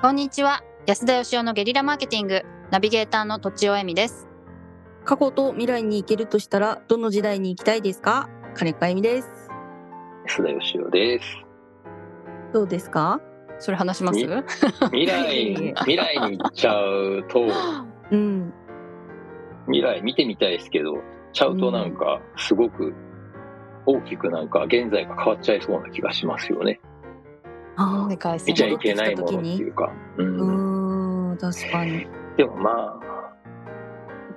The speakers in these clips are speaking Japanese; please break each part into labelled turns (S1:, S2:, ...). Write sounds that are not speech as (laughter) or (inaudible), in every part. S1: こんにちは安田義雄のゲリラマーケティングナビゲーターのとちおえみです
S2: 過去と未来に行けるとしたらどの時代に行きたいですか金子あゆみです
S3: 安田義雄です。
S2: どうですか
S1: それ話します
S3: に未来に、未来に行っちゃうと、
S2: うん
S3: 未来見てみたいですけど、ちゃうとなんか、すごく大きくなんか、現在が変わっちゃいそうな気がしますよね。
S2: あ
S1: 世界線
S3: 見ちゃいけないものっていうか。う
S2: ー
S3: ん、
S2: うーん確かに
S3: でもまあ、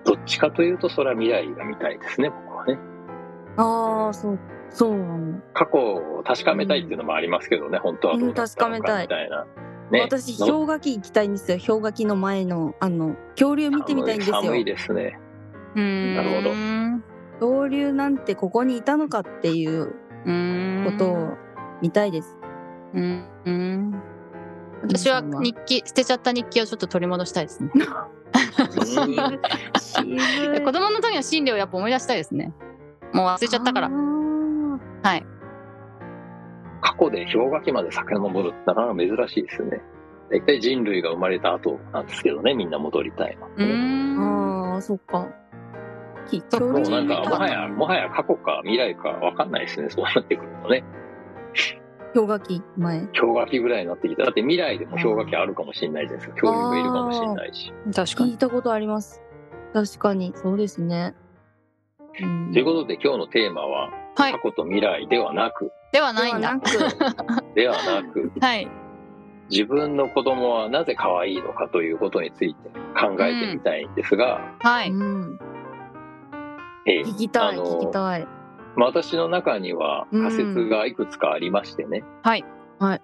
S3: どっちかというと、それは未来が見たいですね、僕はね。
S2: ああそうそうなの
S3: 過去を確かめたいっていうのもありますけどね、本当はどうだったのかみたいな。ね、
S2: 私
S3: の
S2: 氷河期行きたいんですよ氷河期の前のあの恐竜見てみたいんですよ
S3: 寒いですね。
S1: うーん
S3: なるほど
S2: 恐竜なんてここにいたのかっていう
S1: うーん
S2: ことを見たいです
S1: うんうん私は日記捨てちゃった日記をちょっと取り戻したいです (laughs) ね
S3: うん
S2: 渋い
S1: 子供の時の心理をやっぱ思い出したいですねもう忘れちゃったから
S2: あー
S3: 過去で氷河期まで遡るってなかなか珍しいですね。大体人類が生まれた後なんですけどね、みんな戻りたいのって
S1: う
S3: ね、
S1: ん
S2: あーそっかき
S1: そっか
S2: 恐
S3: も
S2: 竜
S3: うなん
S2: 見
S3: か、
S2: たか
S3: もは
S2: った
S3: や、もはや過去か未来か分かんないですね、そうなってくるとね。
S2: 氷河期前
S3: 氷河期ぐらいになってきたら、だって未来でも氷河期あるかもしれないじゃないですか。恐竜もいるかもしれないし。
S1: 確か
S2: 聞
S1: に
S2: いたことあります確かにそうですね、うん
S3: ということで今日のテーマは、
S1: はい
S3: 過去と未来ではなく、
S1: ではないん
S2: では
S1: だ
S2: なく、
S3: ではなく、
S1: はい
S3: 自分の子供はなぜ可愛いのかということについて考えてみたいんですが、
S1: はいう
S2: ん、
S3: ええ
S2: 聞きたい
S3: あの
S2: 聞きたい
S3: まあ私の中には仮説がいくつかありましてね。
S1: はい。
S2: はい。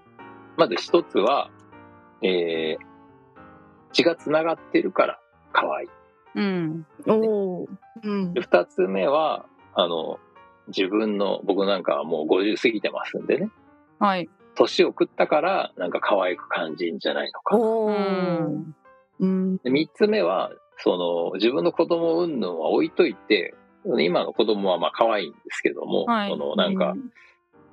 S3: まず一つは、えー、血がつながってるから可愛い。
S1: うん、
S2: おお、うん
S3: で、二つ目は、あの、自分の、僕なんかはもう50過ぎてますんでね。
S1: はい、
S3: 年を食ったから、なんか可愛く感じんじゃないのか。
S2: お
S1: う
S2: ー
S1: ん、
S2: うん
S3: で三つ目は、その、自分の子供云々は置いといて、今の子供はまあ可愛いんですけども、
S1: はい
S3: そのなんか、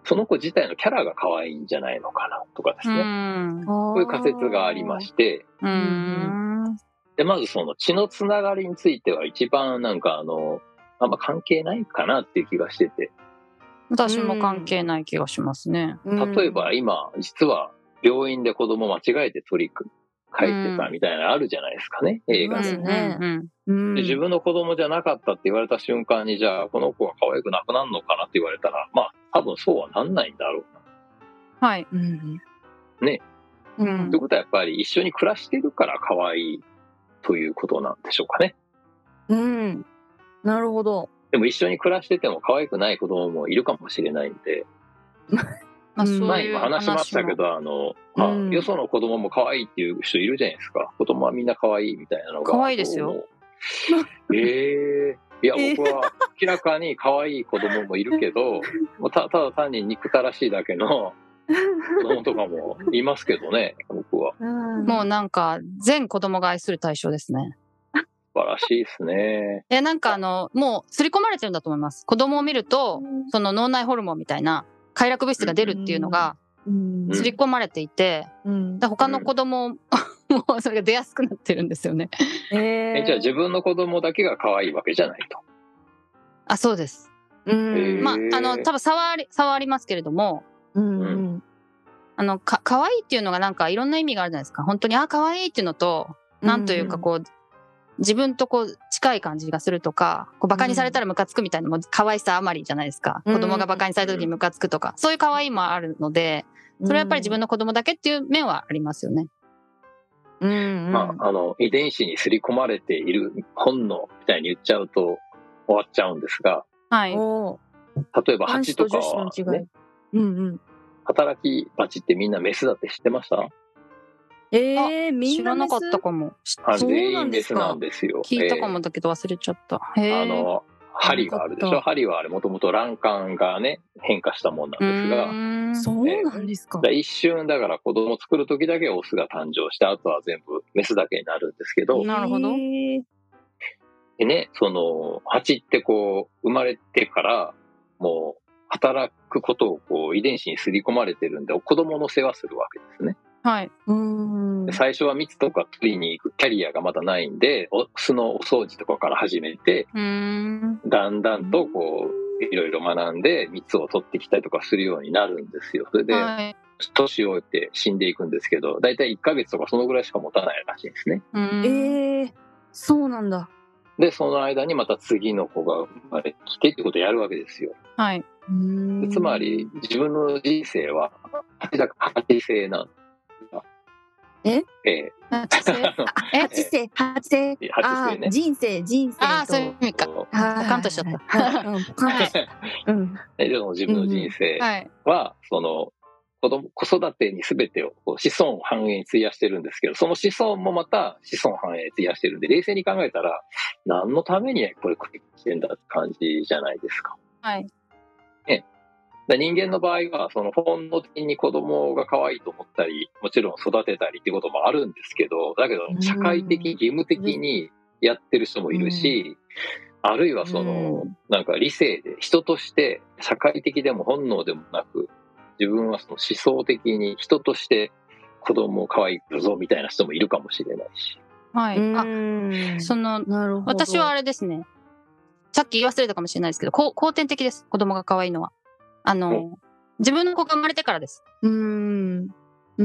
S3: その子自体のキャラが可愛いんじゃないのかなとかです
S1: う
S3: ね。
S1: ん、
S2: こ
S3: こういう仮説がありまして、
S1: うん、
S3: で、まずその血のつながりについては一番なんかあの、あんま関係ないかなっていう気がしてて、
S1: 私も関係ない気がしますね。
S3: 例えば今、実は病院で子供間違えて取り書いてたみたいなのあるじゃないですかね、映
S2: う
S3: 画
S2: ん
S3: で。
S2: そうね
S1: うん
S2: うん、
S3: で自分の子供じゃなかったって言われた瞬間に、じゃあこの子が可愛くなくなるのかなって言われたら、まあ多分そうはなんないんだろうな。
S1: はい、
S2: うん
S3: ね
S2: う
S1: うん
S2: ん
S3: ということはやっぱり一緒に暮らしてるから可愛いということなんでしょうかね。
S2: うんなるほど
S3: でも一緒に暮らしてても可愛くない子供もいるかもしれないんで、
S1: まあ、そう
S2: うん
S3: 前
S1: い
S3: に
S1: う
S3: も話しましたけ
S1: も。
S3: ど、あの、
S2: うん
S3: あよその子供も可愛いっていう人いるじゃないですか。子供はみんな可愛いみたいなのが。
S1: 可愛いですよ
S3: こう。ええいや、僕は明らかに可愛い子供もいるけど、
S1: (laughs)
S3: もうたただ単に憎たらしいだけの子供とかもいますけどね、僕は。
S2: も
S1: もうなんか全子供が愛する対象ですね。
S3: 素晴らしいですね。
S1: えなんかあのもう刷り込まれてるんだと思います。子供を見るとその脳内ホルモンみたいな快楽物質が出るっていうのが
S2: うん
S3: うん
S1: 刷り込まれていて、
S2: うん
S1: だから他の子供も (laughs) もうそれが出やすくなってるんですよね。
S2: え
S3: え
S2: ー
S3: じゃあ自分の子供だけが可愛いわけじゃないと。
S1: あそうです。
S2: うん
S1: まあ
S3: へー
S1: あの多分差はあり差はありますけれども。
S2: うんうん
S1: あのか可愛いっていうのがなんかいろんな意味があるじゃないですか本当にあ可愛いっていうのとなんというかこう、自分とこう近い感じがするとかこうバカにされたらムカつくみたいなのも可愛さあまりじゃないですか、
S2: うん
S1: 子供がバカにされた時にムカつくとかそういう可愛いもあるのでそれはやっぱり自分の子供だけっていう面はありますよね。
S2: うんうん
S3: まあ、あの、遺伝子に刷り込まれている本能みたいに言っちゃうと終わっちゃうんですが、
S1: はい、
S2: おー
S3: 例えば
S2: 男子
S3: 蜂と
S2: と
S3: か
S2: 女子
S3: は、
S2: の違い
S3: ね、
S2: うんうん
S3: 働き蜂ってみんなメスだって知ってました
S2: えーみ
S1: 知
S2: んな
S1: らな
S2: メ
S1: か
S2: ス
S1: ったかもし
S3: あ
S2: そう
S3: 全
S2: な
S3: 員
S2: ん
S3: メ
S2: です
S3: ス
S2: か
S3: なんですよ。
S1: 聞いたかもだけど忘れちゃった。へ
S3: えーあ
S1: え。
S3: の、針があるでし
S2: よか
S3: ょ
S2: っ
S3: 針はあれもともと卵管がね、変化したもんなんですが、だか
S1: うーん
S2: そうなんですから
S3: 一瞬だから子供作る時だけオスが誕生して、あとは全部メスだけになるんですけど、
S1: なるほど
S2: えー
S3: でね、その、蜂ってこう、生まれてから、もう、働くことをこう、遺伝子に刷り込まれてるんで、子供の世話するわけですね。
S1: はい。
S2: うん。
S3: 最初は蜜とか取りに行くキャリアがまだないんで、お巣のお掃除とかから始めて、
S1: うーん。
S3: だんだんとこう、いろいろ学んで、蜜を取ってきたりとかするようになるんですよ。それで、
S1: はい。
S3: 年老いて死んでいくんですけど、だいたい1ヶ月とかそのぐらいしか持たないらしいんですね。
S1: うーん
S2: えー、そうなんだ。
S3: で、その間にまた次の子が生まれてきてってことをやるわけですよ。
S2: (laughs)
S1: はい。
S2: うん
S3: つまり、自分の人生は、八だか八生なんだ。
S2: え
S3: え
S1: あ知性
S3: え
S2: 八世、八世。
S3: 八
S2: あ
S3: 生ね
S2: ー。人生、人生と。
S1: ああ、そういう意味か。
S3: そう
S2: はい
S1: ポカンとしちゃった
S2: はいうんポカンとしちゃった。うん。
S3: でその自分の人生
S1: はい。
S3: は、その、子供、子育てに全てを、こう子孫繁栄に費やしてるんですけど、その子孫もまた子孫繁栄に費やしてるんで、冷静に考えたら、何のためにこれ食ってんだって感じじゃないですか。
S1: はい。
S3: で人間の場合は、その本能的に子供が可愛いと思ったり、もちろん育てたりってこともあるんですけど、だけど
S2: うん
S3: 社会的、義務的にやってる人もいるし、あるいはその、
S2: う
S3: なんか理性で、人として社会的でも本能でもなく、自分はその思想的に人として子供を可愛くぞみたいな人もいるかもしれないし。
S1: はい。あ、
S2: うん
S1: その、
S2: なるほど。
S1: 私はあれですね。さっき言い忘れたかもしれないですけど、こう後天的です。子供が可愛いのは。あの、自分の子が生まれてからです。
S2: うん。う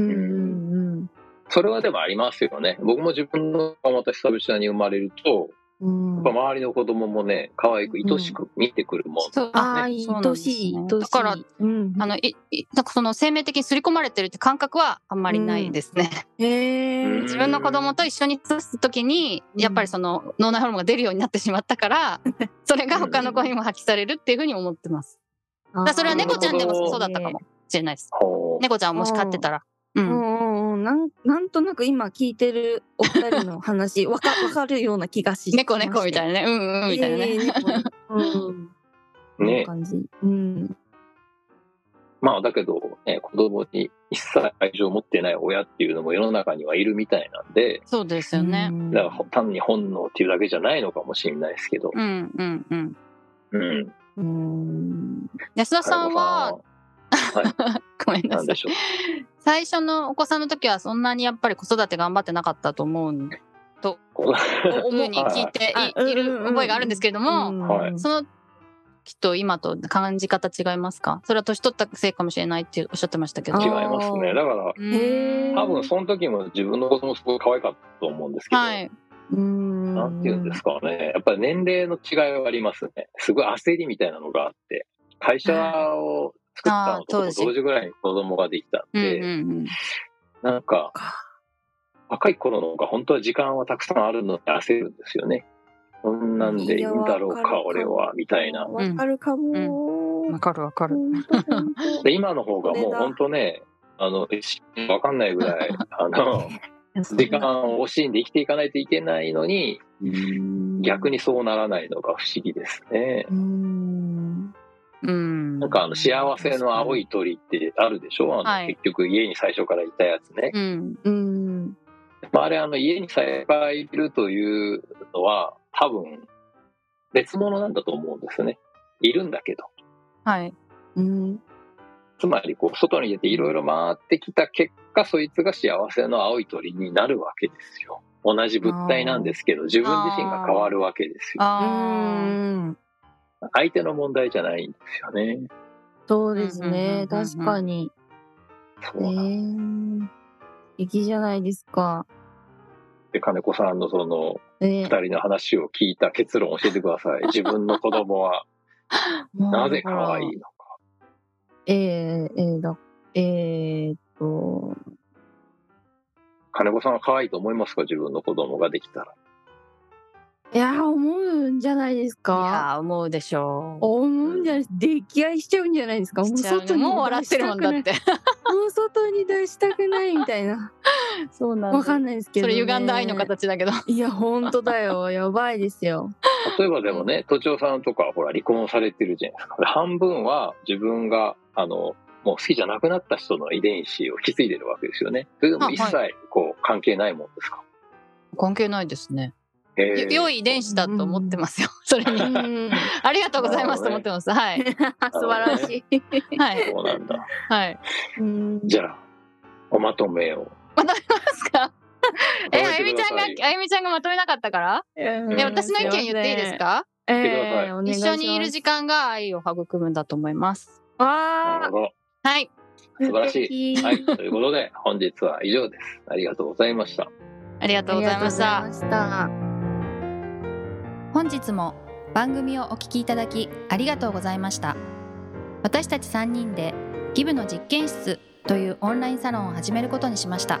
S2: ん。うん
S3: それはでもありますよね。僕も自分の子供が久々に生まれると、
S2: うん。
S3: やっぱ周りの子供もね、可愛く愛しく見てくるもん
S1: そう
S2: ああ、
S3: ね
S2: 愛しい、
S1: そうなん
S2: 愛
S1: ですね
S2: しい。
S1: だから
S2: うん。
S1: あの、い、いなんかその生命的に刷り込まれてるって感覚はあんまりないですね。
S2: へ
S3: うん
S2: え。
S1: 自分の子供と一緒に過ごす時に、やっぱりその脳内ホルモンが出るようになってしまった (laughs) から、それが他の子にも発揮されるっていうふうに思ってます。だからそれは猫ちゃんでもそうだったかもしれないです。
S3: ほう
S1: 猫ちゃんをもし飼ってたら。う。
S2: うんんうんうん、なんなんとなく今聞いてるお二人の話わ
S1: (laughs)
S2: かわかるような気がし
S1: 猫猫みたい
S2: な
S1: なね。うんうんみたいなね。
S2: うん、こんな
S3: ね。
S2: 感じ、うん、
S3: まあだけど、ね、子供に一切愛情を持ってない親っていうのも世の中にはいるみたいなんで、
S1: そうですよね。
S3: だから単に本能っていうだけじゃないのかもしれないですけど。
S1: うんうんうん。
S3: うん。
S2: うん
S1: 安田さんは、
S3: 加山さんは、はい、
S1: ごめんな
S3: な
S1: さ
S3: んで
S1: い。
S3: しょう。
S1: 最初のお子さんの時はそんなにやっぱり子育て頑張ってなかったと思うん
S3: (laughs) こ
S1: ふうに聞いて
S2: あ
S1: いいる覚えがあるんですけれども、
S2: うん
S3: はい
S1: その時と今と感じ方違いますかそれは年取ったせいかもしれないっておっしゃってましたけど。
S2: あ
S3: う違い
S2: ー
S3: ますね。だから、
S1: うん
S2: へー
S3: 多分その時も自分の子供すごい可愛かったと思うんですけど、
S1: はい。
S2: うん、
S3: なんていうんですかね。やっぱり年齢の違いはありますね。すごい焦りみたいなのがあって、会社を作ったの
S1: あーそうで
S3: と
S1: すね
S3: 同時ぐらいに子供ができたん
S1: うんう
S3: で、
S1: ん
S3: なんか
S2: か、
S3: 若い頃の方が本当は時間はたくさんあるので焦るんですよね。こんなんでいいんだろう
S2: いやわかる
S3: か、俺は、みたいな。
S2: わかるかも、
S1: うん。わかるわかる。
S2: ほんとほんと
S3: で、今の方がも
S2: そうれだ
S3: 本当ね、あの、一瞬わかんないぐらい、あの、時間を惜しんで生きていかないといけないのに、逆にそうならないのが不思議ですね。
S2: うん
S1: うん。
S3: なんかあの、幸せの青い鳥ってあるでしょあ
S1: は
S3: の、
S1: い
S3: 結局家に最初からいたやつね。
S1: うん。
S2: うん
S3: まあ、あれ、あの、家に栽培いるというのは、多分、別物なんだと思うんですね。いるんだけど。
S1: はい。
S2: うん
S3: つまり、こう、外に出ていろいろ回ってきた結果、そいつが幸せの青い鳥になるわけですよ。同じ物体なんですけど、自分自身が変わるわけです
S2: う
S3: よ。
S1: あ
S2: ん
S3: 相手の問題じゃないんですよね。
S2: そうですね、
S1: うんうんうんうんうん
S2: 確かに。
S3: そ
S2: え
S3: うなんで
S2: ー、敵じゃないですか。
S3: 金子さんのその、
S2: え
S3: 二人の話を聞いた結論を教えてください。自分の子供は、なぜ可愛いのか。
S2: えー、えー、だえー、っと、
S3: 金子さんは可愛いと思いますか自分の子供ができたら。
S2: いやー、思うんじゃないです
S1: あ。い
S2: か。
S1: やー、思うでしょう。
S2: 思うんじゃないです。溺愛しちゃうんじゃないですか。もう
S1: しちゃう
S2: 外
S1: ね
S2: に
S1: もう笑ってるもんだっ
S2: 出
S1: て。
S2: したくない。もう外に出した
S1: (laughs)
S2: くないみたいな。
S1: そうな
S2: わか
S1: い。
S2: んないですけ
S1: そ
S2: ど、
S1: れ
S2: ね。
S1: 歪んだ愛の。形だけど。
S2: いや、本当だ
S1: (laughs)
S2: よ。やばいですよ。
S3: 例えばでもね、都庁さんとかほら離婚されてるじゃないですか。で半分は自分が、あの、もう好きじゃなくなった人の遺伝子を引き継いでるわけですよね。それでも一
S1: あ
S3: 切こう関係ないもんですか。
S1: 関係ないですね。
S3: え
S1: よ
S3: ー
S1: 良い遺伝子だと思ってますよ。それ
S2: う
S1: に。
S2: (laughs) ん。
S1: ありがとうございますと思ってます。はい。 (laughs)
S2: 素晴らしい。
S3: (laughs)
S1: はい。
S3: そうなんだ。
S1: はい。
S2: うん
S3: じゃあ、おまとめを。
S1: ますかえ、あゆみちゃんが、
S3: ま
S1: あ
S3: とめてください
S1: ゆみちゃんがまとめなかったから、
S3: うん
S1: え、私の意見言っていいですか
S2: え
S3: 言ってください
S2: えお願いし
S1: 一
S2: ます
S1: 緒にいる時間が愛を育むんだと思います。
S3: な
S2: わ
S3: るほど。
S1: はい。あり
S2: ー
S3: 素晴らしい。
S2: 素敵
S3: はい。ということで、本日は以上です。ありがとうございました。
S1: がとうございました
S2: あり。がとうございました
S4: 本日も番組をお聞きいただきありがとうございました私たち3人でギブの実験室というオンラインサロンを始めることにしました